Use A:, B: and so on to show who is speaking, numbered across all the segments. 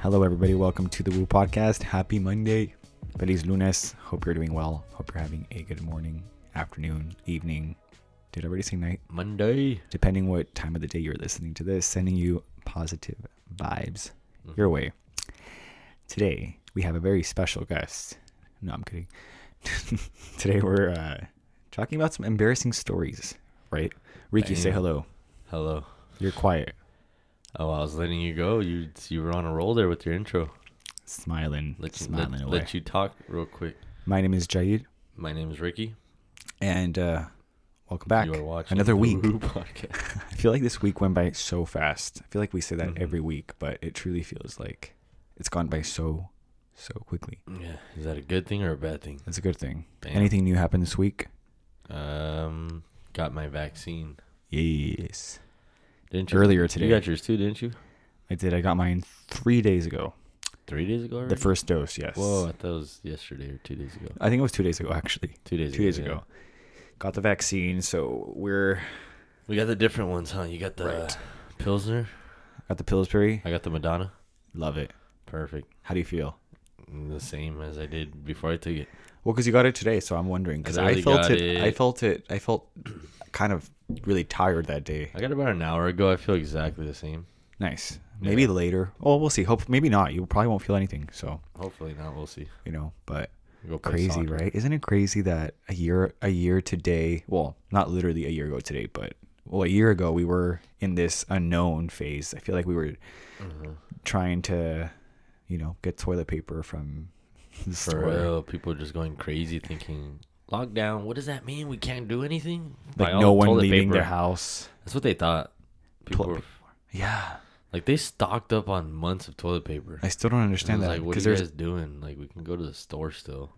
A: Hello, everybody. Welcome to the Woo Podcast. Happy Monday. Feliz lunes. Hope you're doing well. Hope you're having a good morning, afternoon, evening. Did I already say night?
B: Monday.
A: Depending what time of the day you're listening to this, sending you positive vibes
B: Mm-hmm.
A: your way. Today, we have a very special guest. No, I'm kidding. Today, we're uh, talking about some embarrassing stories, right? Ricky, say
B: Damn.
A: hello.
B: Hello.
A: You're quiet,
B: Oh, I was letting you go. You you were on a roll there with your intro.
A: smiling,
B: Let you,
A: smiling
B: let,
A: away.
B: let you talk real quick.
A: My name is Jaid.
B: My name is Ricky.
A: and uh, welcome back.
B: you are watching
A: Another
B: the
A: week.
B: Woo podcast.
A: I feel like this week went by so fast. I feel like we say
B: Mm-hmm.
A: that every week, but it truly feels like it's gone by so, so quickly.
B: yeah. Is that a good thing or a bad thing?
A: That's a good thing.
B: Damn.
A: Anything new happened this week?
B: Um, got my vaccine.
A: Yes.
B: Didn't you?
A: Earlier
B: You
A: today,
B: got yours too, didn't you?
A: I did. I got mine three days ago.
B: Three days ago. Already?
A: The first dose, yes.
B: Whoa, I thought it was yesterday or two days ago.
A: I think it was two days ago, actually.
B: Two days.
A: Two days
B: yeah.
A: ago. Got the vaccine, so we're
B: We got the different ones, huh? You got the
A: Right.
B: Pilsner.
A: got the Pillsbury.
B: I got the Madonna.
A: Love it.
B: Perfect.
A: How do you feel?
B: The same as I did before I took it.
A: Well, because you got it today, so I'm wondering. Because I,
B: literally
A: felt
B: got
A: it, I
B: it-
A: felt it. I felt kind of really tired that day.
B: I got about an hour ago. I feel exactly the same.
A: Nice. Maybe
B: Yeah.
A: later. Oh, we'll see. Hope maybe not. You probably won't feel anything. So
B: Hopefully not. We'll see.
A: you know, but
B: Go play
A: crazy,
B: soccer.
A: right? Isn't it crazy that a year, a year today? Well, not literally a year ago today, but well, a year ago we were in this unknown phase. I feel like we were
B: Mm-hmm.
A: trying to, you know, get toilet paper from the
B: For
A: store.
B: real, people are just going crazy thinking lockdown. What does that mean? We can't do anything.
A: Like
B: Buy all
A: no
B: the
A: one
B: toilet
A: leaving
B: paper.
A: their house.
B: That's what they thought. People
A: Toilet
B: were,
A: Yeah,
B: like they stocked up on months of toilet paper.
A: I still don't
B: I
A: understand
B: was
A: that
B: like, what
A: because
B: are you
A: there's
B: guys doing? Like, we can go to the store still.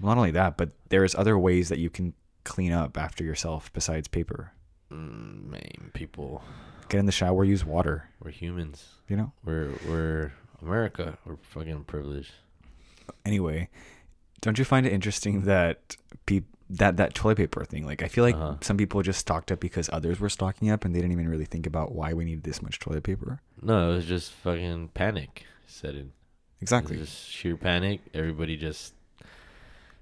A: Well, not only that, but there's other ways that you can clean up after yourself besides paper.
B: Mm, man, people,
A: Get in the shower, use water,
B: we're humans.
A: you know?
B: We're we're America. We're fucking privileged.
A: Anyway, don't you find it interesting that pe- that that toilet paper thing? Like I feel like
B: Uh-huh.
A: some people just stocked up because others were stocking up and they didn't even really think about why we need this much toilet paper.
B: No, it was just fucking panic set in. It's
A: Exactly.
B: Just sheer panic. Everybody just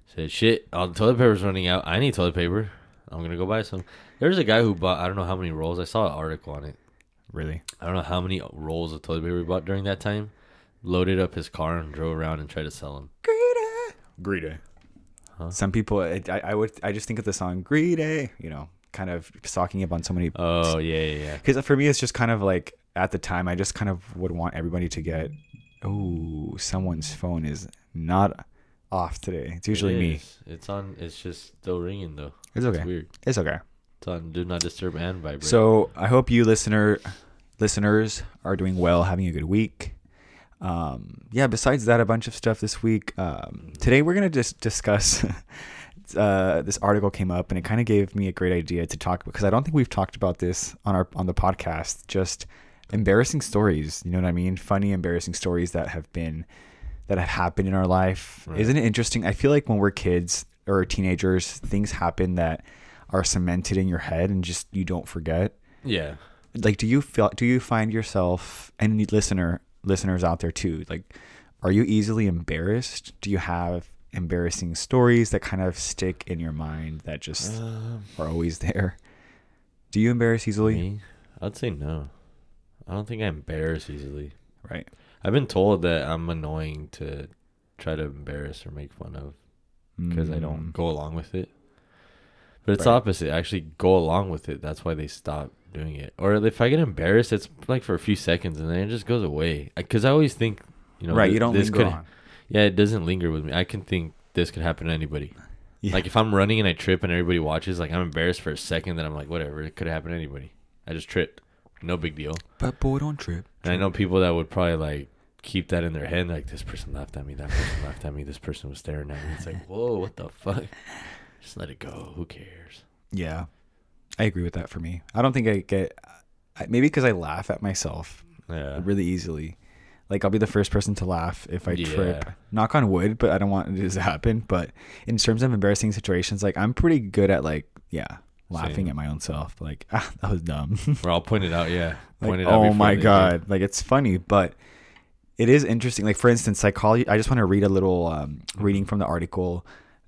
B: said, "Shit, all the toilet paper's running out. I need toilet paper. I'm gonna go buy some." There's a guy who bought I don't know how many rolls. I saw an article on it.
A: Really.
B: I don't know how many rolls of toilet paper he bought during that time. Loaded up his car and drove around and tried to sell them.
A: Greedy. Greedy.
B: Huh?
A: Some people, I, I I would, I just think of the song "Greedy," you know, kind of stocking up on so many
B: Oh yeah, yeah, yeah.
A: because for me it's just kind of like at the time i just kind of would want everybody to get oh someone's phone is not off today it's usually
B: It
A: me
B: is. It's on. It's just still ringing though.
A: it's okay
B: It's weird.
A: it's okay
B: It's on. Do not disturb and vibrate.
A: so i hope you listener listeners are doing well having a good week um, yeah besides that a bunch of stuff this week um, today we're going to just discuss uh, this article came up and it kind of gave me a great idea to talk because i don't think we've talked about this on our on the podcast just embarrassing stories you know what i mean funny embarrassing stories that have been that have happened in our life isn't it interesting i feel like when we're kids or teenagers things happen that are cemented in your head and just you don't forget
B: yeah,
A: like do you feel do you find yourself and you listener listeners out there too like are you easily embarrassed do you have embarrassing stories that kind of stick in your mind that just
B: Uh,
A: are always there do you embarrass easily
B: me. I'd say no. I don't think I embarrass easily.
A: right
B: I've been told that I'm annoying to try to embarrass or make fun of because I don't
A: Mm,
B: go along with it. But it's
A: Right.
B: opposite. I actually go along with it. That's why they stop doing it. Or if I get embarrassed, it's like for a few seconds and then it just goes away. Because I always think, you know,
A: right
B: th-
A: you don't
B: this
A: linger
B: could,
A: on
B: Yeah, it doesn't linger with me. I can think this could happen to anybody.
A: Yeah.
B: Like if I'm running and I trip and everybody watches, like I'm embarrassed for a second. Then I'm like, whatever, it could happen to anybody. I just tripped. No big deal.
A: but boy don't trip
B: And I know people that would probably like keep that in their head, like this person laughed at me, that person laughed at me, this person was staring at me. It's like, whoa, what the fuck? Just let it go. Who cares?
A: yeah i agree with that for me i don't think i get I- maybe because i laugh at myself
B: Yeah.
A: really easily. Like I'll be the first person to laugh if I trip.
B: Yeah.
A: Knock on wood, but I don't want this to happen. But in terms of embarrassing situations, like I'm pretty good at like yeah, laughing
B: Same.
A: at my own self. Like ah, that was dumb.
B: Or I'll point it out. Yeah.
A: like,
B: Point it out.
A: oh
B: before
A: my
B: they do.
A: god, like it's funny, but it is interesting. Like for instance, psychology. I just want to read a little um,
B: Mm-hmm.
A: reading from the article.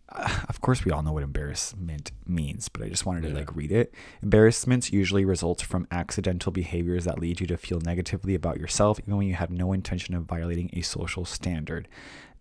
A: Uh, of course, we all know what embarrassment means, but I just wanted to
B: Yeah.
A: like read it. Embarrassments usually results from accidental behaviors that lead you to feel negatively about yourself, even when you have no intention of violating a social standard.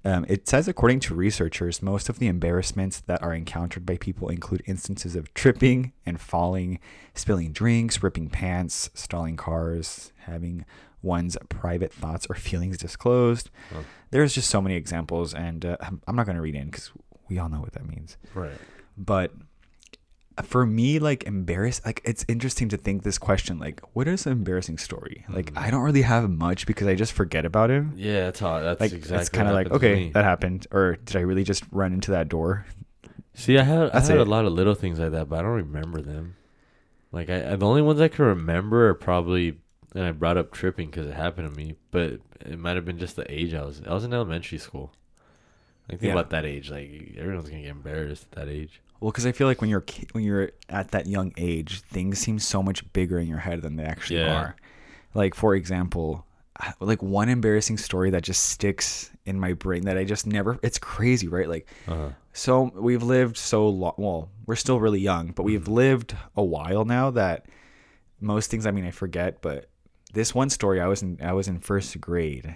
A: Um, it says, according to researchers, most of the embarrassments that are encountered by people include instances of tripping and falling, spilling drinks, ripping pants, stalling cars, having one's private thoughts or feelings disclosed.
B: Oh.
A: There's just so many examples, and uh, I'm- I'm not going to read in because we all know what that means
B: Right.
A: but for me like embarrassed like it's interesting to think this question like what is an embarrassing story like
B: Hmm.
A: i don't really have much because i just forget about it
B: Yeah, that's how. That's
A: like
B: exactly.
A: it's kind of
B: what
A: like
B: happened to
A: okay
B: me.
A: that happened or did i really just run into that door
B: See, I had I
A: That's
B: had a
A: it.
B: lot of little things like that, but I don't remember them. Like I, I the only ones I can remember are probably, and I brought up tripping because it happened to me, but it might have been just the age I was. I was in elementary school. Like think
A: Yeah.
B: about that age. Like everyone's gonna get embarrassed at that age.
A: well because i feel like when you're a ki- when you're at that young age things seem so much bigger in your head than they actually
B: Yeah.
A: are like for example I- like one embarrassing story that just sticks in my brain that i just never it's crazy right like
B: Uh-huh.
A: so we've lived so long well we're still really young but we've
B: Mm-hmm.
A: lived a while now that most things i mean i forget but this one story i was in i was in first grade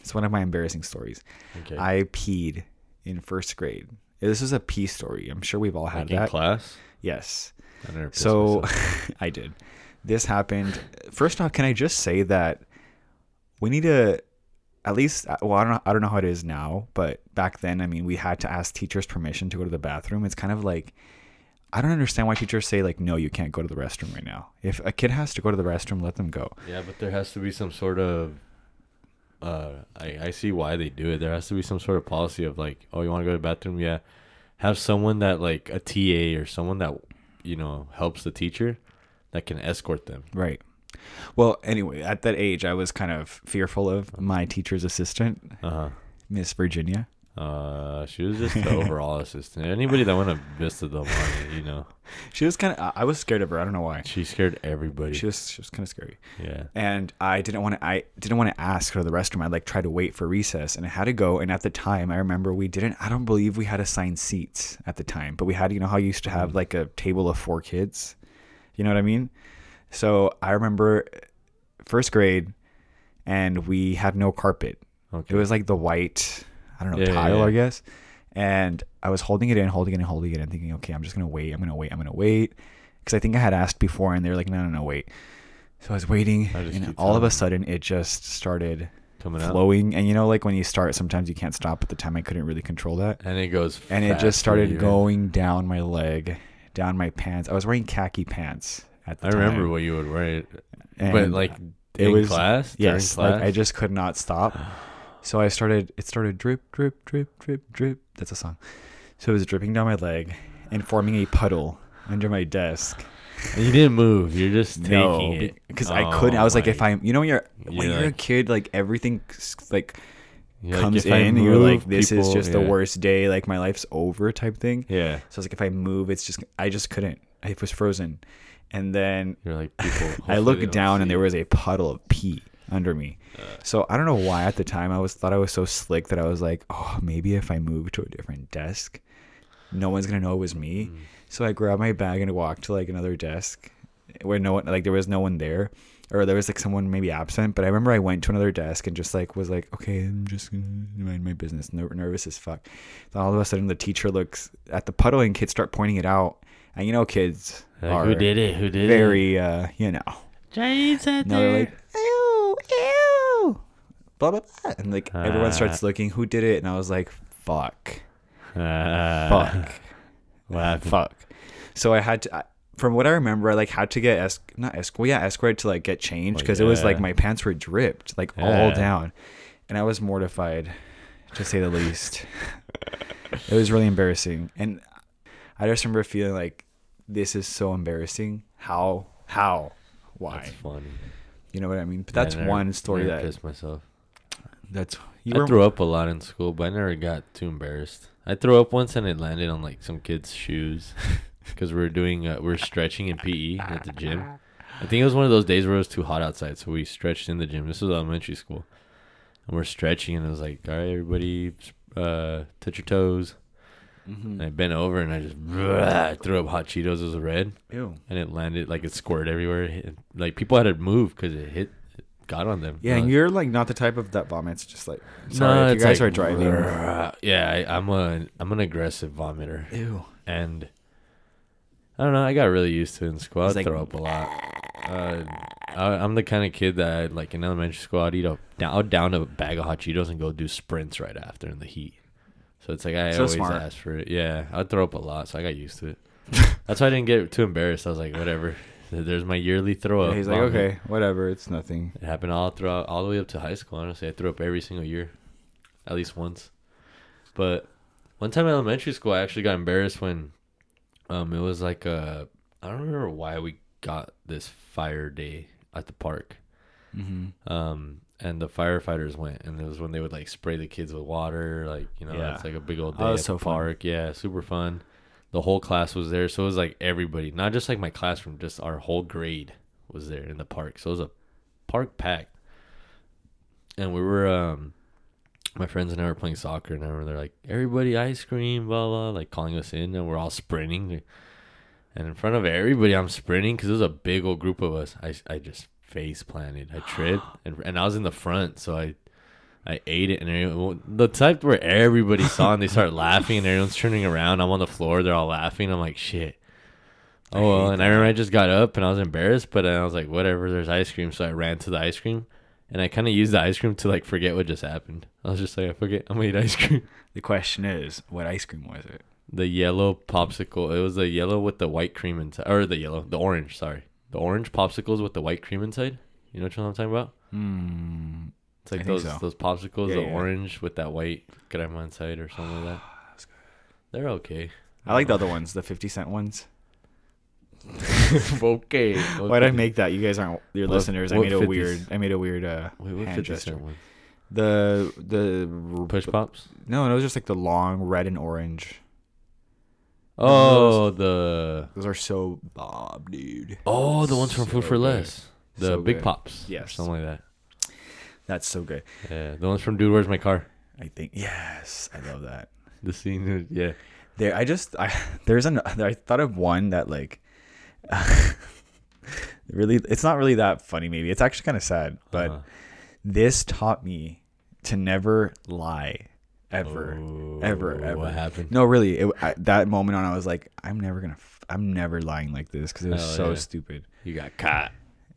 A: it's one of my embarrassing stories
B: Okay.
A: i peed in first grade this is a pee story i'm sure we've all had
B: like in
A: that
B: class.
A: yes
B: I never pissed
A: so
B: myself.
A: I did. This happened. First off, can I just say that we need to at least uh, well I don't know, I don't know how it is now, but back then I mean we had to ask teachers permission to go to the bathroom. It's kind of like I don't understand why teachers say like no, you can't go to the restroom right now. If a kid has to go to the restroom, let them go.
B: Yeah, but there has to be some sort of. Uh, I I see why they do it. There has to be some sort of policy of like, oh, you want to go to the bathroom? Yeah, have someone that like a TA or someone that you know helps the teacher that can escort them.
A: Right. Well, anyway, at that age I was kind of fearful of my teacher's assistant,
B: Uh
A: Miss Virginia.
B: huh. Uh, she was just the overall assistant. Anybody that went to Vista Del Monte, you know,
A: She was kind of I I was scared of her. I don't know why.
B: she scared everybody.
A: She was she was kind of scary.
B: yeah.
A: and I didn't want to. I didn't want to ask her to the restroom. I like tried to wait for recess, and I had to go. And at the time, I remember we didn't. I don't believe we had assigned seats at the time, but we had. You know how you used to
B: Mm.
A: have like a table of four kids. You know what I mean? So I remember uh, first grade, and we had no carpet. It
B: Okay.
A: was like the white, I don't know,
B: Yeah, yeah,
A: tile, I
B: yeah.
A: guess. And I was holding it in, holding it in, holding it in, thinking, okay, I'm just gonna wait, I'm gonna wait, I'm gonna wait, because I think I had asked before, and they were like, no, no, no, wait. So I was waiting,
B: I just
A: and
B: keep
A: all of a
B: telling
A: sudden, it just started
B: Coming out.
A: flowing. And you know, like when you start, sometimes you can't stop. At the time, I couldn't really control that,
B: And it goes.
A: and it
B: fast
A: just started
B: for you.
A: going down my leg, down my pants. I was wearing khaki pants at the
B: I
A: time.
B: remember what you would write, but
A: And
B: like
A: it
B: in
A: was-
B: class. during
A: Yes,
B: class?
A: like I just could not stop. So I started. It started drip, drip, drip, drip, drip. That's a song. So it was dripping down my leg and forming a puddle under my desk.
B: You didn't move. You're just taking it
A: because I couldn't. I was like, if
B: I
A: I'm, you know, when you're when
B: You're
A: you're a
B: Oh like-
A: kid, like everything s- like
B: yeah,
A: comes
B: if I
A: in, and you're like,
B: move,
A: this is
B: people-
A: just the
B: yeah.
A: worst day. Like my life's over, type thing.
B: Yeah,
A: So I was like, if I move, it's just I just couldn't. I was frozen, and then
B: you're like people.
A: I looked down and there was a puddle of pee under me. so I don't know why at the time I was thought I was so slick that I was like, oh, maybe if I move to a different desk, no one's gonna know it was me.
B: Mm.
A: So I grabbed my bag and walked to like another desk where no one like there was no one there. Or there was like someone maybe absent, but I remember I went to another desk and just like was like, okay, I'm just gonna mind my business. Ner- nervous as fuck. Then all of a sudden, the teacher looks at the puddle and kids start pointing it out, and you know kids are
B: who did it? Who did it?
A: very, uh, you know,
B: James out
A: no, they're like, ew, ew, blah, blah, blah. And like everyone starts
B: Ah.
A: looking, who did it? And I was like, fuck,
B: Ah,
A: fuck, fuck. So I had to, I, from what I remember, I like had to get, es- not esc, well, yeah, escorted to like get changed
B: Well,
A: because it was like
B: Oh, yeah.
A: my pants were dripped, like all
B: Yeah.
A: down. And I was mortified, to say the least. it was really embarrassing. And I just remember feeling like, this is so embarrassing. How, how, why?
B: That's funny.
A: You know what I mean? But that's
B: I never-
A: one story
B: never
A: that
B: pissed myself.
A: that's
B: I threw up a lot in school, but I never got too embarrassed. I threw up once and it landed on like some kid's shoes because we were doing uh, we were stretching in PE at the gym. I think it was one of those days where it was too hot outside, so we stretched in the gym. This was elementary school, and we're stretching, and I was like, all right, everybody, uh, touch your toes. And I bent over and I just threw up hot Cheetos as a red,
A: Ew.
B: and it landed like it squirted everywhere. It hit- like people had to move because it hit, it got on them.
A: Yeah,
B: And I
A: and
B: was-
A: you're like not the type of that vomits. Just like
B: No,
A: sorry, if you
B: it's
A: guys
B: like,
A: are driving.
B: Yeah, I, I'm a I'm an aggressive vomiter,
A: Ew.
B: and I don't know. I got really used to it in school. I'd
A: It's like-
B: throw up a lot. Uh, I, I'm the kind of kid that like in elementary school, I'd eat a down, I'd down a bag of hot Cheetos and go do sprints right after in the heat. So it's like I
A: So
B: always
A: smart.
B: ask for it. Yeah, I'd throw up a lot, so I got used to it. That's why I didn't get too embarrassed. I was like, whatever. There's my yearly throw up.
A: And he's like,
B: vomit.
A: okay, whatever, it's nothing.
B: It happened all throughout, all the way up to high school. Honestly, I threw up every single year, at least once. But one time in elementary school, I actually got embarrassed when, um, it was like uh I I don't remember why we got this fire day at the park.
A: Mm-hmm.
B: Um, and the firefighters went, and it was when they would like spray the kids with water, like you know,
A: Yeah.
B: that's like a big old day
A: Oh, that's
B: at
A: so
B: the
A: fun.
B: park. Yeah, super fun. The whole class was there, so it was like everybody, not just like my classroom, just our whole grade was there in the park. So it was a park packed. And we were, um, my friends and I were playing soccer, and I remember they're like, "Everybody, ice cream, blah blah," like calling us in, and we're all sprinting. And in front of everybody, I'm sprinting because there's a big old group of us. I, I just face planted. I tripped, and and I was in the front, so I I ate it, and everyone, the type where everybody saw and they start laughing, and everyone's turning around. I'm on the floor, they're all laughing. I'm like, shit.
A: I
B: Oh well,
A: hate
B: and I remember I just got up and I was embarrassed, but I was like, whatever. There's ice cream, so I ran to the ice cream, and I kind of used the ice cream to like forget what just happened. I was just like, I forget. I'm gonna eat ice cream.
A: The question is, what ice cream was it?
B: The yellow popsicle. It was the yellow with the white cream inside, or the yellow, the orange. Sorry, the orange popsicles with the white cream inside. You know what I'm talking about?
A: Mm,
B: It's like
A: I think
B: those
A: so.
B: those popsicles,
A: Yeah,
B: the
A: yeah.
B: orange with that white crema inside or something like that.
A: that's good.
B: They're okay.
A: I like the other ones, the fifty cent ones.
B: okay.
A: Why'd I make that? You guys aren't your
B: What-
A: listeners. I
B: what
A: made a
B: 50s?
A: weird. I made a weweird uh,
B: Wait, what
A: hand
B: 50
A: gesture.
B: cent one?
A: The the
B: Push pops.
A: No, it was just like the long red and orange.
B: Oh, the
A: Those are so Bob, dude.
B: oh the ones from Food
A: So
B: for
A: good.
B: Less, the
A: So
B: Big
A: good.
B: Pops, yeah,
A: Yes.
B: something like that.
A: That's so good.
B: Yeah, the ones from Dude, Where's My Car?
A: I think yes, I love that.
B: The scene, yeah.
A: There, I just I there's an I thought of one that like really it's not really that funny. Maybe it's actually kind of sad, but
B: Uh-huh.
A: this taught me to never lie ever, ever,
B: Oh,
A: ever.
B: What happened?
A: No, really, it, I, that moment on, I was like, I'm never gonna, f- I'm never lying like this because it was
B: Hell
A: so
B: yeah.
A: stupid.
B: You got caught.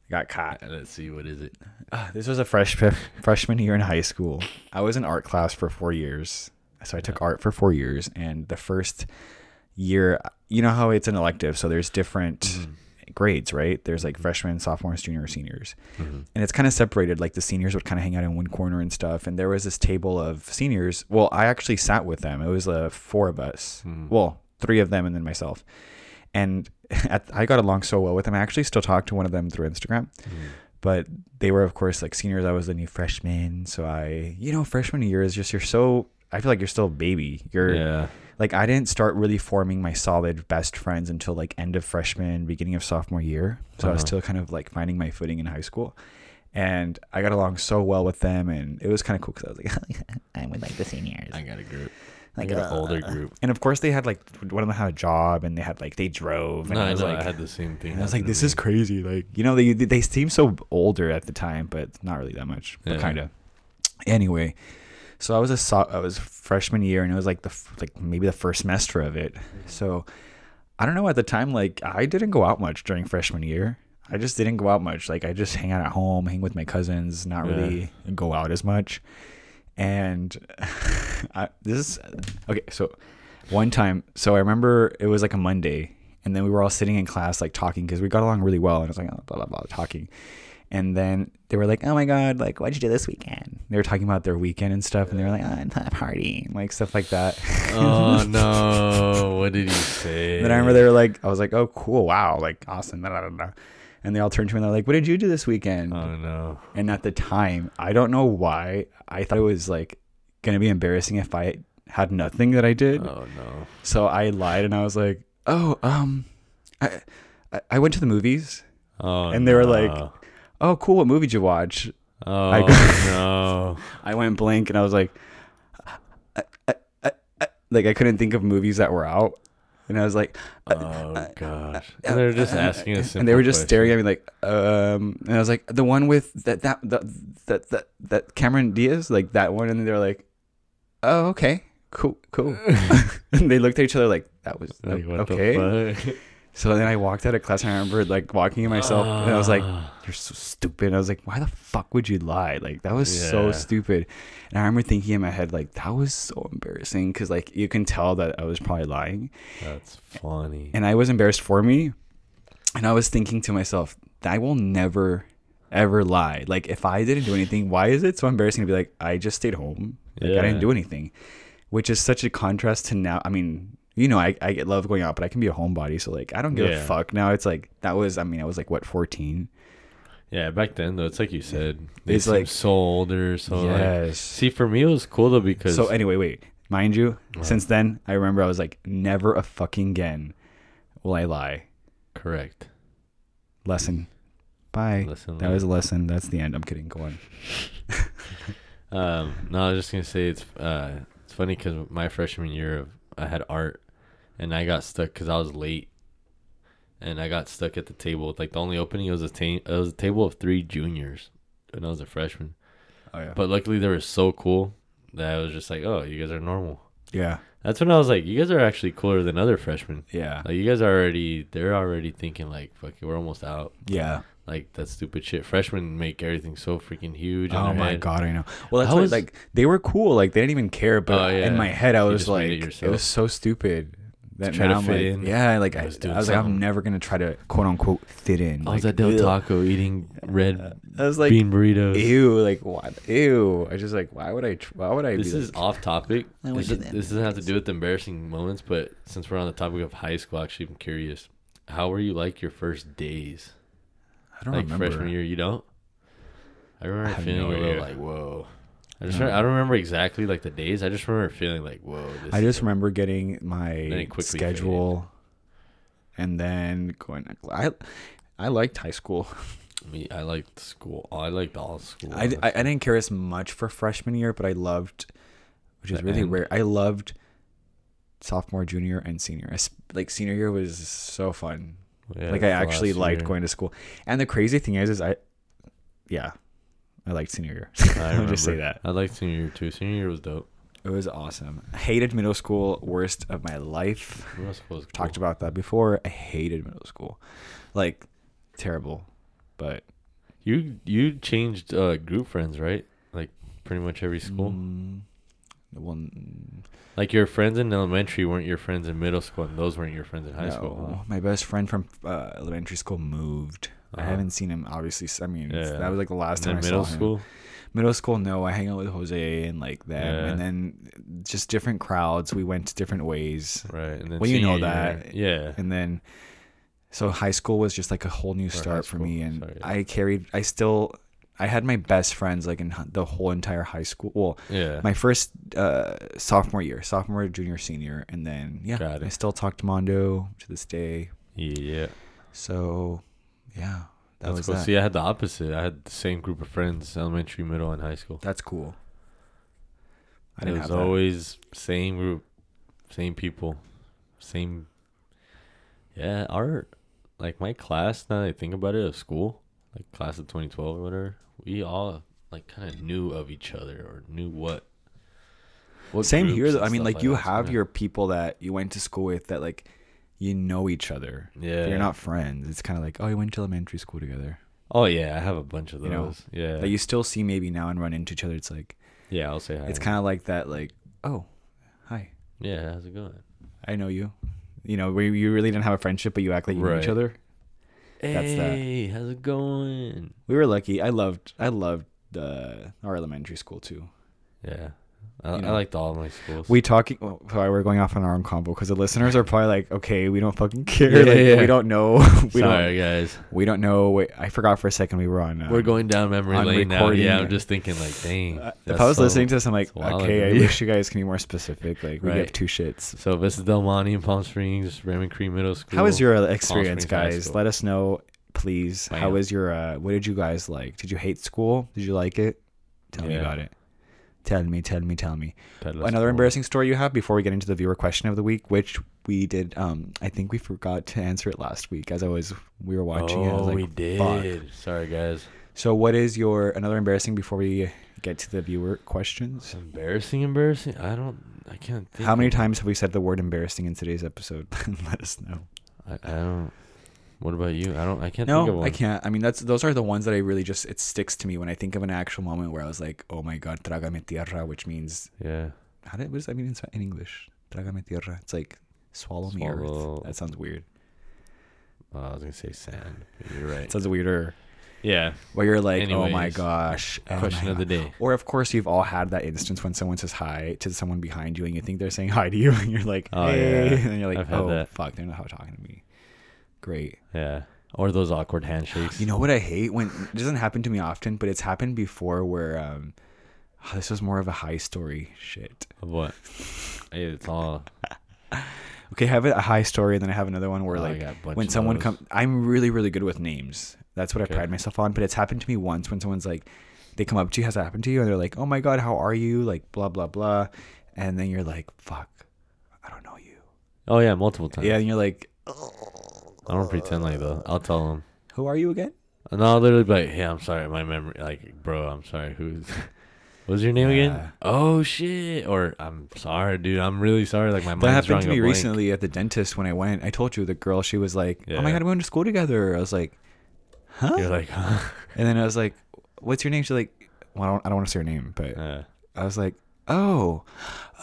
A: Got caught.
B: Let's see, what is it?
A: Ah, This was a fresh freshman year in high school. I was in art class for four years, so I took art for four years. And the first year, you know how it's an elective, so there's different grades, right? There's like freshmen, sophomores, juniors, seniors,
B: Mm-hmm.
A: and it's kind of separated. Like the seniors would kind of hang out in one corner and stuff. And there was this table of seniors. Well, I actually sat with them. It was uh, four of us. Well, three of them and then myself. And at, I got along so well with them. I actually still talk to one of them through Instagram but they were of course like seniors i was the new freshman so i you know freshman year is just you're so i feel like you're still a baby you're
B: Yeah.
A: like i didn't start really forming my solid best friends until like end of freshman beginning of sophomore year so i was
B: Uh-huh.
A: still kind of like finding my footing in high school and i got along so well with them and it was kind of cool because i was like i'm with like the seniors
B: I got a group.
A: like
B: I got an
A: uh,
B: older group.
A: and of course they had like one of them had a job and they had like they drove and
B: No,
A: i
B: I,
A: was
B: know,
A: like
B: I had the same thing.
A: and I was like,
B: happen to
A: this is
B: me.
A: crazy. Like, you know, they they seem so older at the time, but not really that much, but
B: Yeah.
A: kind of. Anyway, so I was a so- I was freshman year, and it was like the f- like maybe the first semester of it. So I don't know at the time, like I didn't go out much during freshman year. I just didn't go out much. Like I just hang out at home, hang with my cousins, not
B: Yeah.
A: really go out as much. And I, this is okay. So one time, so I remember it was like a Monday, and then we were all sitting in class like talking because we got along really well, and it was like oh, blah blah blah talking. And then they were like, "Oh my god, like what'd you do this weekend?" They were talking about their weekend and stuff, and they were like, "Oh, i party," and like stuff like that.
B: oh no! What did you say?
A: Then I remember they were like, "I was like, oh cool, wow, like awesome." Da, da, da, da. And they all turned to me and they're like, "What did you do this weekend?"
B: Oh no!
A: And at the time, I don't know why, I thought it was like gonna be embarrassing if I had nothing that I did.
B: Oh no!
A: So I lied and I was like, "Oh, um, I, I- I went to the movies.
B: Oh.
A: And they were like-
B: no.
A: Oh, cool. What movie did you watch?
B: "Oh
A: I
B: no!"
A: I went blank and I was like, like I couldn't think of movies that were out, and I was like,
B: Oh gosh! And they're just asking us,
A: and they were just staring at me like, um, and I was like, the one with that that that that that, that Cameron Diaz, like that one, and they're like, oh okay, cool, cool. and they looked at each other like that was
B: Like, what
A: okay.
B: the fuck?
A: So then I walked out of class. And I remember like walking in myself, and I was like,
B: Ah.
A: you're so stupid. I was like, why the fuck would you lie? Like that was so
B: Yeah.
A: stupid. And I remember thinking in my head like that was so embarrassing because like you can tell that I was probably lying,
B: "That's funny."
A: and I was embarrassed for me. And I was thinking to myself, I will never ever lie. Like if I didn't do anything, why is it so embarrassing to be like I just stayed home? Like I didn't
B: Yeah.
A: do anything, which is such a contrast to now. I mean. You know, I, I love going out, but I can be a homebody. So, like, I don't give a
B: Yeah.
A: fuck now. It's like, that was, I mean, I was like, what, 14?
B: Yeah, back then though, it's like you said, they
A: It's
B: seem
A: like-
B: so older. So like,
A: Yes.
B: see, for me it was cool though because
A: So anyway, wait. Mind you, since then I remember I was like, never a fucking again will I lie.
B: correct.
A: Lesson. Bye.
B: Listen,
A: eh, That was a lesson. That's the end. I'm kidding. Go on.
B: um, no, I was just gonna say it's uh, it's funny because my freshman year of I had art, and I got stuck because I was late, and I got stuck at the table. Like the only opening was a ta- it was a table of three juniors, when I was a freshman.
A: Oh yeah.
B: But luckily they were so cool that I was just like, oh, you guys are normal.
A: yeah.
B: That's when I was like, you guys are actually cooler than other freshmen.
A: Yeah.
B: Like you guys are already, they're already thinking like, fuck, it, we're almost out.
A: Yeah.
B: Like that stupid shit. Freshmen make everything so freaking huge. in
A: Oh
B: their
A: my
B: head.
A: god, I know. Well, that's
B: I
A: what,
B: was-
A: like they were cool. Like they didn't even care. But
B: Oh, yeah.
A: in my head, I
B: You
A: was
B: just made
A: like,
B: it
A: it,
B: yourself.
A: was so stupid. That
B: try
A: now
B: to
A: I'm
B: fit
A: like,
B: in.
A: yeah, like I, I was,
B: was doing
A: like, I'm
B: something.
A: never gonna try to quote unquote fit in.
B: I was
A: Like,
B: at Del
A: ugh.
B: Taco eating red
A: I was like,
B: bean burritos.
A: ew, like what? Ew. I just like, why would I? tr- Why would I?
B: This
A: be
B: is
A: like,
B: off topic.
A: I
B: This,
A: wish
B: is,
A: it-
B: this doesn't have to do with embarrassing moments, but since we're on the topic of high school, actually, I'm curious. How were you like your first days?
A: I don't
B: like
A: remember.
B: freshman year, you don't? I remember
A: I have
B: feeling
A: no
B: a little
A: idea.
B: like, whoa. I
A: No.
B: just remember, I don't remember exactly like the days. I just remember feeling like, whoa. This
A: I
B: is
A: just
B: a-
A: remember getting
B: Then it
A: my
B: quickly faded.
A: schedule, and then going. to cl- I I liked high school.
B: Me, I liked school. I liked all school.
A: I, I, I didn't care as much for freshman year, but I loved, which is
B: The
A: really
B: end.
A: rare. I loved sophomore, junior, and senior. I s like senior year was so fun.
B: Yeah,
A: like I
B: that's the
A: actually
B: last
A: liked
B: year.
A: going to school. And the crazy thing is, is I, yeah, I liked senior year.
B: I
A: I'll just say
B: remember.
A: that.
B: I liked senior year too. Senior year was dope.
A: It was awesome. Hated middle school, worst of my life.
B: Middle school was cool.
A: talked about that before. I hated middle school, like terrible. But
B: you. You changed uh, group friends, right? Like pretty much every school.
A: Mm, well, mm,
B: Like your friends in elementary weren't your friends in middle school, and those weren't your friends in high school.
A: no.
B: huh?
A: My best friend from uh, elementary school moved. I
B: Uh-huh.
A: haven't seen him obviously. s- I mean, it's-
B: Yeah.
A: that was like the last time
B: And then
A: I
B: middle
A: saw him.
B: school.
A: Middle school, no. I hang out with Jose and like them,
B: Yeah.
A: and then just different crowds. We went different ways,
B: Right. And then
A: Well, you know
B: senior year-
A: that.
B: Yeah.
A: and then so high school was just like a whole new
B: high
A: start for me
B: school,
A: and
B: sorry.
A: i carried i still i had my best friends like in h- the whole entire high school well
B: Yeah.
A: my first uh, sophomore year sophomore junior senior and then yeah
B: Got
A: i
B: it.
A: still talk to mondo to this day
B: yeah.
A: so yeah that
B: That's
A: was
B: cool.
A: that.
B: See, I had the opposite. I had the same group of friends, elementary, middle, and high school.
A: that's cool i
B: It
A: didn't
B: was
A: have that.
B: always same group, same people, same. Yeah, our like my class. Now that I think about it, of school, like class of twenty twelve or whatever, we all like kind of knew of each other or knew what. what
A: same here
B: groups
A: though.
B: and
A: i mean
B: stuff
A: like, you
B: that, so,
A: have
B: yeah.
A: your people that you went to school with that like you know each other
B: yeah.
A: you're not friends it's kind of like oh you went to elementary school together
B: Oh yeah, I have a bunch of
A: You know,
B: those. yeah,
A: that you still see maybe now and run into each other. It's like
B: yeah. I'll say hi.
A: it's kind of like that. Like oh, hi,
B: yeah. How's it going?
A: I know you. You know where you really didn't have a friendship, but you act like you knew each
B: Right.
A: other. That's that.
B: Hey, how's it going?
A: We were lucky. I loved I loved the our elementary school too.
B: Yeah, I,
A: You
B: I
A: know.
B: liked all my schools.
A: We talking. Well, sorry, we're going off on our own combo because the listeners are probably like, okay, we don't fucking care.
B: Yeah,
A: like,
B: yeah, yeah.
A: We don't know. we don't.
B: Sorry, guys.
A: We don't know. Wait, I forgot for a second we were on. um,
B: We're going down memory
A: on
B: lane now. Yeah,
A: recording.
B: I'm just thinking like, dang.
A: uh, if
B: that's
A: I was
B: so-
A: listening to this, I'm like,
B: a while
A: okay, I
B: ago.
A: wish you guys can be more specific. Like, we give
B: Right.
A: two shits.
B: So this is Del Monte in Palm Springs, Raymond Creek Middle School.
A: How was your experience,
B: Springs High
A: guys?
B: School.
A: Let us know, please. How
B: Bam.
A: was your? Uh, what did you guys like? Did you hate school? Did you like it? Tell me
B: Yeah.
A: about it. Tell me, tell me, tell me.
B: Tell us
A: Another
B: more.
A: embarrassing story you have before we get into the viewer question of the week, which we did. Um, I think we forgot to answer it last week as I was we were watching it. I was
B: Oh,
A: like,
B: we
A: "Fuck."
B: did. Sorry, guys.
A: So, what is your another embarrassing before we get to the viewer questions?
B: Embarrassing, embarrassing. I don't. I can't. Think
A: How many
B: of-
A: times have we said the word embarrassing in today's episode? Let us know.
B: I, I don't. What about you? I don't. I can't think of
A: No,
B: one.
A: I can't. I mean, that's those are the ones that I really just it sticks to me when I think of an actual moment where I was like, "Oh my god, trágame tierra," which means
B: Yeah.
A: how did, what does that mean in, Spa- in English? Trágame tierra. It's like swallow, me
B: Swallow-
A: earth. That sounds weird.
B: Oh, I was gonna say sand. but You're
A: It
B: right.
A: sounds weirder.
B: Yeah.
A: Where you're like, "Oh my
B: Anyways,
A: gosh." oh my
B: Question of the
A: God."
B: day.
A: Or of course, you've all had that instance when someone says hi to someone behind you, and you think they're saying hi to you, and you're like,
B: Oh,
A: "Hey,"
B: yeah.
A: and then you're like,
B: I've had
A: "Oh
B: that.
A: fuck, they're not talking to me." Great.
B: Yeah. Or those awkward handshakes.
A: You know what I hate when it doesn't happen to me often, but it's happened before where um this was more of a high story shit.
B: Of what? Hey, it's all.
A: Okay, I have a high story and then I have another one where
B: Oh, I
A: like
B: got a bunch
A: when
B: of
A: someone
B: those.
A: comes I'm really really good with names. That's what
B: Okay.
A: I pride myself on, but it's happened to me once when someone's like they come up to you, has that happened to you and they're like, "Oh my god, how are you?" like blah blah blah. And then you're like, "Fuck. I don't know you."
B: Oh yeah, multiple times.
A: Yeah, and you're like,
B: I don't pretend like though. I'll tell them.
A: "Who are you again?"
B: And I'll literally be like, "Hey, I'm sorry, my memory. Like, bro, I'm sorry. Who's, what's your name
A: Yeah.
B: again? Oh shit. Or I'm sorry, dude. I'm really sorry. Like my
A: That
B: mind's
A: happened
B: drawing
A: to
B: a
A: me
B: blank."
A: recently at the dentist when I went. I told you the girl, she was like, "Oh my
B: Yeah.
A: god, we went to school together." I was like, "Huh?"
B: You're like, huh?
A: And then I was like, "What's your name?" She's like, "Well, I don't, I don't want to say her name, but
B: yeah.
A: I was like, "Oh,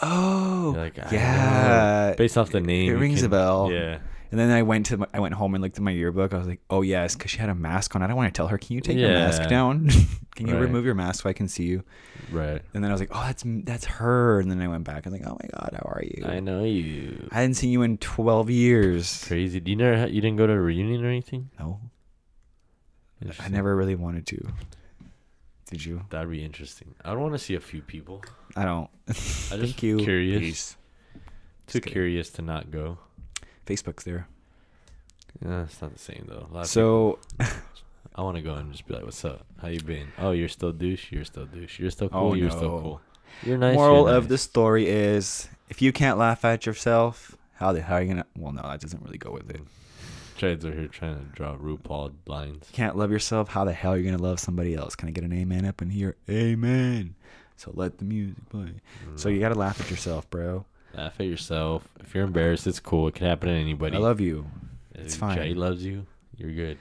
A: oh,
B: You're like, I
A: yeah."
B: know. Based off the name, you
A: rings a bell.
B: Yeah.
A: And then I went to my, I went home and looked at my yearbook. I was like, "Oh yes," because she had a mask on. I don't want to tell her. Can you take your mask
B: Yeah.
A: down? can you
B: Right.
A: remove your mask so I can see you?
B: Right.
A: And then I was like, "Oh, that's that's her." And then I went back. I was like, "Oh my god, how are you?"
B: I know you.
A: I hadn't seen you in twelve years.
B: Crazy. Do you never? Ha- you didn't go to a reunion or anything?
A: No, I
B: Interesting.
A: never really wanted to. Did you?
B: That'd be interesting. I would want to see a few people.
A: I don't.
B: I just
A: Thank you.
B: curious.
A: Peace.
B: Too
A: Just kidding.
B: curious to not go.
A: Facebook's there.
B: Yeah, it's not the same though. A lot of
A: So,
B: I want to go and just be like, "What's up? How you been? Oh, you're still douche. You're still douche. You're still cool.
A: Oh,
B: you're
A: no.
B: still cool. You're nice.
A: moral
B: you're
A: of
B: nice."
A: the story is: if you can't laugh at yourself, how the how are you gonna? Well, no, that doesn't really go with it.
B: Trades are here trying to draw RuPaul blinds.
A: Can't love yourself. How the hell are you gonna love somebody else? Can I get an amen up in here? Amen. So let the music play. So you gotta laugh at yourself, bro.
B: Mm. Laugh at yourself. If you're embarrassed, it's cool. It could happen to anybody.
A: I love you.
B: If
A: it's fine.
B: Jay loves you. You're good.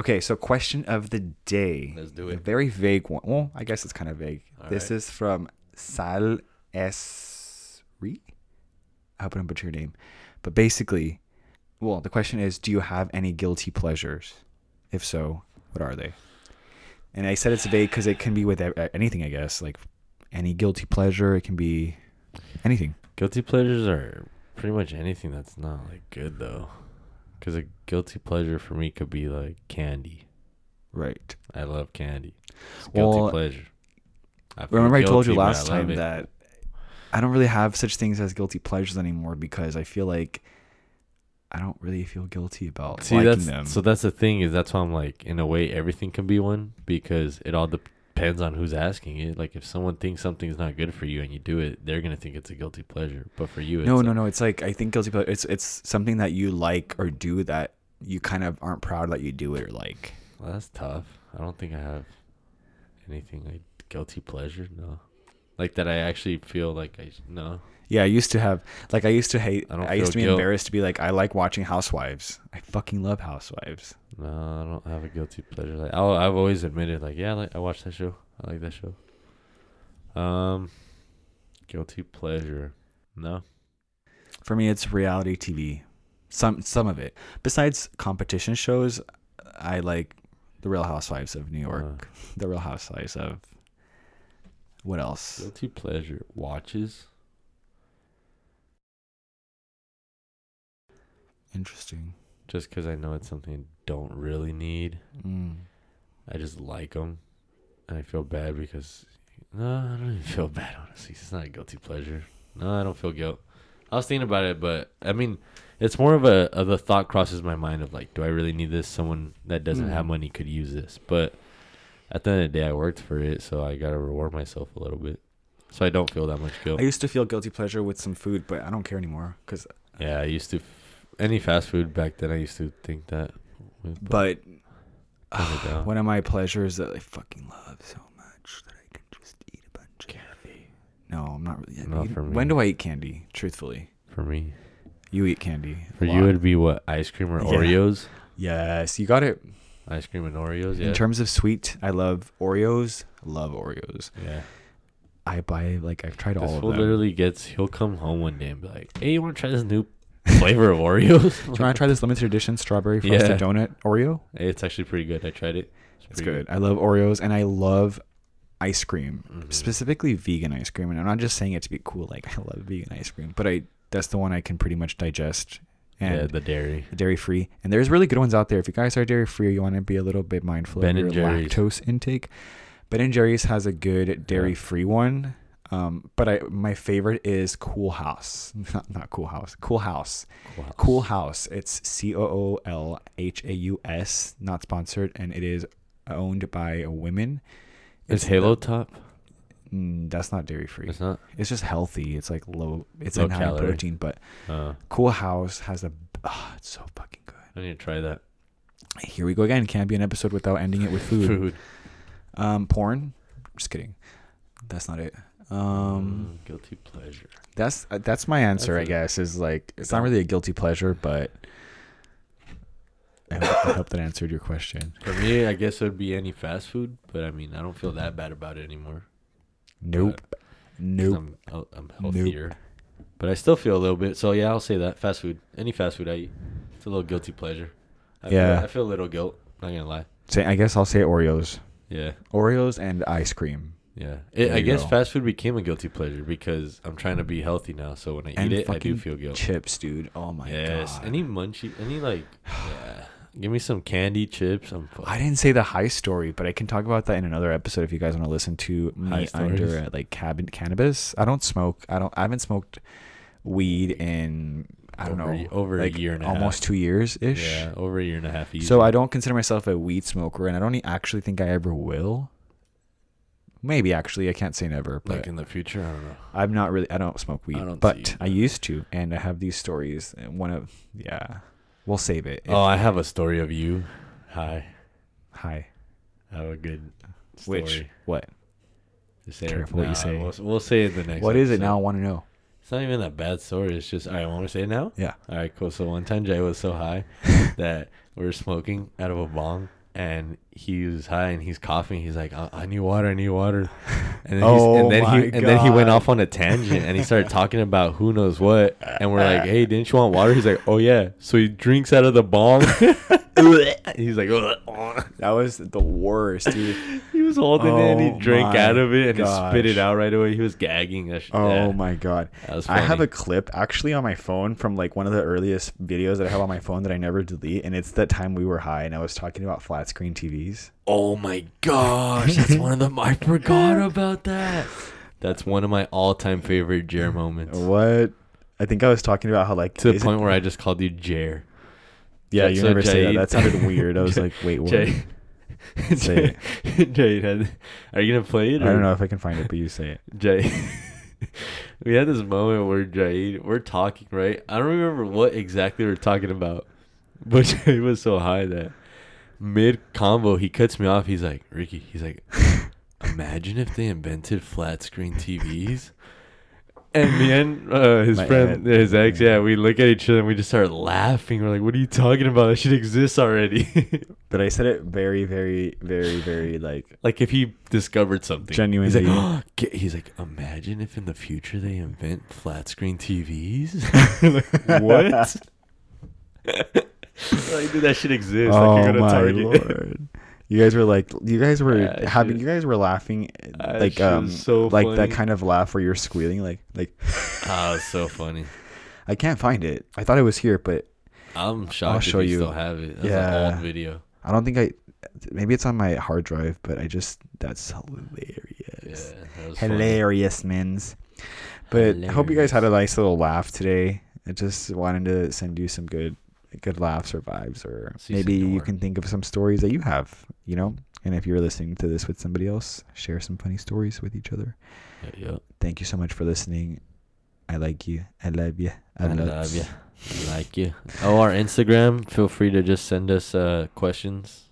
A: Okay, so question of the day.
B: Let's do
A: A
B: it.
A: very vague one. Well, I guess it's kind of vague.
B: All
A: this
B: right.
A: is from Sal Esri. I hope I don't butcher your name. But basically, well, the question is do you have any guilty pleasures? If so, what are they? And I said it's vague because it can be with a- anything, I guess. Like any guilty pleasure, it can be anything.
B: Guilty pleasures are pretty much anything that's not like good though. Because a guilty pleasure for me could be like candy.
A: Right.
B: I love candy. It's guilty
A: Well,
B: pleasure. I feel
A: Remember, I told you
B: guilty, but
A: last
B: love
A: time
B: it.
A: that I don't really have such things as guilty pleasures anymore because I feel like I don't really feel guilty about
B: See,
A: liking
B: that's
A: them.
B: so. That's the thing is that's why I'm like, in a way, everything can be one because it all depends on who's asking it. Like, if someone thinks something's not good for you and you do it, they're gonna think it's a guilty pleasure. But for you, it's
A: no,
B: like,
A: no, no. It's like I think guilty pleasure. It's it's something that you like or do that you kind of aren't proud that you do it or like.
B: well, that's tough. I don't think I have anything like guilty pleasure. No, like that I actually feel like I no.
A: Yeah, I used to have like I used to hate.
B: I
A: I, used
B: don't feel
A: to be
B: guilt.
A: embarrassed to be like I like watching Housewives. I fucking love Housewives.
B: No, I don't have a guilty pleasure. Like I, I've always admitted, like yeah, I like I watch that show. I like that show. Um, guilty pleasure. No,
A: For me, it's reality TV. Some some of it. Besides competition shows, I like the Real Housewives of New York,
B: Uh-huh.
A: the Real Housewives of what else?
B: guilty pleasure watches.
A: Interesting.
B: Just because I know it's something I don't really need.
A: Mm.
B: I just like them, and I feel bad because no, I don't even feel bad. Honestly, it's not a guilty pleasure. No, I don't feel guilt. I was thinking about it, but I mean, it's more of a of the thought crosses my mind of like, do I really need this? Someone that doesn't have
A: Mhm.
B: money could use this, but at the end of the day, I worked for it, so I gotta reward myself a little bit. so I don't feel that much guilt.
A: I used to feel guilty pleasure with some food, but I don't care anymore. Cause,
B: yeah, I used to f- any fast food back then. I used to think that. with-
A: but
B: turn it down.
A: one of my pleasures that I fucking love so much that I can just eat a bunch. Of
B: candy
A: No, I'm not really.
B: Not
A: you-
B: for me.
A: When do I eat candy? Truthfully,
B: for me.
A: you eat candy. a
B: For
A: lot.
B: you, it'd be what ice cream or
A: Yeah.
B: Oreos.
A: yes, you got it.
B: Ice cream and Oreos. Yeah.
A: In terms of sweet, I love Oreos. Love Oreos.
B: yeah.
A: I buy like I've tried all
B: This
A: of
B: fool
A: them.
B: literally gets. He'll come home one day and be like, "Hey, you want to try this new flavor of Oreos?
A: Do you want to try this limited edition strawberry frosted
B: Yeah.
A: donut Oreo?
B: Hey, it's actually pretty good. I tried it.
A: It's
B: pretty
A: good. I love Oreos and I love ice cream,
B: Mhm.
A: specifically vegan ice cream. And I'm not just saying it to be cool. Like I love vegan ice cream, but I that's the one I can pretty much digest and
B: yeah, the dairy.
A: dairy free. And there's really good ones out there. If you guys are dairy free, you want to be a little bit mindful
B: Ben
A: of your
B: and Jerry's.
A: lactose intake. Ben and Jerry's has a good dairy free one. Um, but I my favorite is Cool House. Not not Cool House. Cool House.
B: Wow.
A: Cool House. It's C O O L H A U S, not sponsored, and it is owned by women.
B: Is Halo Top?
A: Mm, that's not dairy free.
B: It's not.
A: It's just healthy. It's like low. It's
B: Low
A: like high in
B: calorie.
A: protein, but
B: Uh,
A: Cool House has a. ah, it's so fucking good.
B: I need to try that
A: Here we go again. Can't be an episode without ending it with food.
B: food.
A: Um, porn. Just kidding. That's not it. Um,
B: Mm, guilty pleasure.
A: that's uh, that's my answer.
B: That's
A: I
B: it.
A: guess is like it's not really a guilty pleasure, but I hope, I hope that answered your question.
B: For me, I guess it would be any fast food, but I mean, I don't feel that bad about it anymore.
A: Nope.
B: 'cause
A: Nope.
B: I'm, hel- I'm healthier. But I still feel a little bit. So yeah, I'll say that fast food, any fast food I eat, it's a little guilty pleasure. I
A: Yeah.
B: feel, I feel a little guilt. Not gonna lie.
A: Say, I guess I'll say Oreos.
B: Yeah,
A: Oreos and ice cream.
B: yeah. It,
A: There
B: I
A: you
B: guess
A: go.
B: fast food became a guilty pleasure because I'm trying to be healthy now. So when I
A: And
B: eat it, I do
A: fucking
B: feel guilt.
A: Chips, dude. Oh my
B: yes.
A: god.
B: Any munchie, any like, yeah. Give me some candy chips. I'm fuck-
A: I didn't say the high story, but I can talk about that in another episode if you guys want to listen to me
B: High stories?
A: under uh, like cabin cannabis. I don't smoke. I don't. I haven't smoked weed in I don't
B: Over a-
A: know
B: over a
A: like,
B: year and a
A: almost two years ish.
B: yeah, over a year and a half. Easy.
A: So I don't consider myself a weed smoker, and I don't e- actually think I ever will. Maybe actually, I can't say never, but
B: like in the future. I don't know.
A: I'm not really. I don't smoke weed,
B: don't see
A: but
B: you.
A: I used to, and I have these stories. And one of yeah, we'll save it.
B: oh, I have a story of you. Hi.
A: Hi.
B: I have a good story.
A: Which what?
B: Just say it
A: Careful what you
B: now.
A: say.
B: We'll, we'll say it in the next.
A: What is it
B: episode.
A: now? I want to know.
B: It's not even a bad story. It's just all right. Want to say it now?
A: Yeah.
B: All right, cool. So one time Jay was so high that we were smoking out of a bong, and he was high and he's coughing. He's like, "I, I need water. I need water." And then, he's-
A: Oh
B: and then
A: my
B: he and then he went
A: God.
B: off on a tangent and he started talking about who knows what. And we're like, "Hey, didn't you want water?" He's like, "Oh yeah." So he drinks out of the bong. he's like, "Ugh."
A: That was the worst, dude.
B: He was holding it and
A: Oh
B: he drank
A: my
B: out of it and he
A: gosh.
B: spit it out right away. He was gagging. That sh-
A: Oh
B: yeah.
A: my god.
B: That was
A: I have
B: funny.
A: a clip actually on my phone from like one of the earliest videos that I have on my phone that I never delete, and it's that time we were high and I was talking about flat screen TVs.
B: Oh my gosh, that's one of them. I forgot about that. That's one of my all-time favorite Jer moments.
A: What? I think I was talking about how like
B: To the
A: is it-
B: point where I just called you Jer.
A: yeah,
B: so-
A: you
B: so
A: never say that.
B: Jade-
A: That sounded weird. I was like, wait, what?
B: Jay.
A: Say
B: Jay, Jay had, are you gonna play it?
A: I don't
B: or-
A: know if I can find it, but you say it.
B: Jay. we had this moment where Jay, we're talking, right? I don't remember what exactly we were talking about, but Jay was so high that mid combo, he cuts me off. He's like, Ricky, he's like, imagine if they invented flat screen TVs. And me and uh, his
A: My
B: friend,
A: aunt.
B: his ex, yeah, we look at each other and we just start laughing. We're like, what are you talking about? That shit exists already.
A: But I said it very, very, very, very like
B: Like if he discovered something,
A: Genuinely.
B: he's like, "Get-" he's like, imagine if in the future they invent flat screen TVs. Like, what? like, dude, Oh, that shit exists. like, you go to Target.
A: Oh lord! You guys were like, you guys were
B: That
A: having,
B: shit-
A: you guys were laughing,
B: Ah, that
A: like
B: shit
A: um,
B: is so
A: like that
B: funny.
A: kind of laugh where you're squealing, like like
B: Ah, it's so funny.
A: I can't find it. I thought it was here, but
B: I'm shocked.
A: I'll
B: if
A: show
B: you,
A: you.
B: still have it. That's
A: Yeah.
B: an old video.
A: I don't think I. Maybe it's on my hard drive, but I just that's
B: Yeah,
A: hilarious,
B: that was funny.
A: hilarious, mins. But I hope you guys had a nice little laugh today. I just wanted to send you some good, good laughs or vibes, or
B: Si,
A: maybe you
B: senor.
A: can think of some stories that you have. You know, And if you're listening to this with somebody else, share some funny stories with each other.
B: Yeah, yeah.
A: Thank you so much for listening. I like you. I love you.
B: I love you. I like you. Oh, our Instagram. Feel free to just send us uh, questions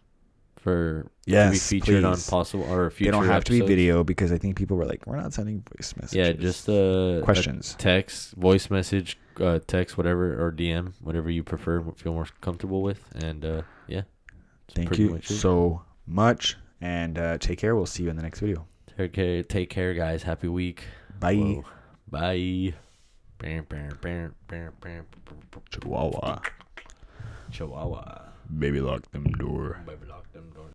B: for to be
A: Yes,
B: featured on
A: please.
B: possible or future.
A: They don't have to be
B: episodes.
A: video because I think people were like, we're not sending voice messages.
B: Yeah, just uh, a
A: questions.
B: text, voice message, uh, text, whatever, or DM, whatever you prefer, what feel more comfortable with, and uh, yeah. That's
A: Thank
B: pretty
A: you
B: much it.
A: so much. And uh, take care. We'll see you in the next video.
B: Take care, take care, guys. Happy week.
A: Bye.
B: Whoa. Bye. Bam, bam, bam, bam, bam, bam.
A: Chihuahua.
B: Chihuahua.
A: Baby, lock them door.
B: Baby lock them doors.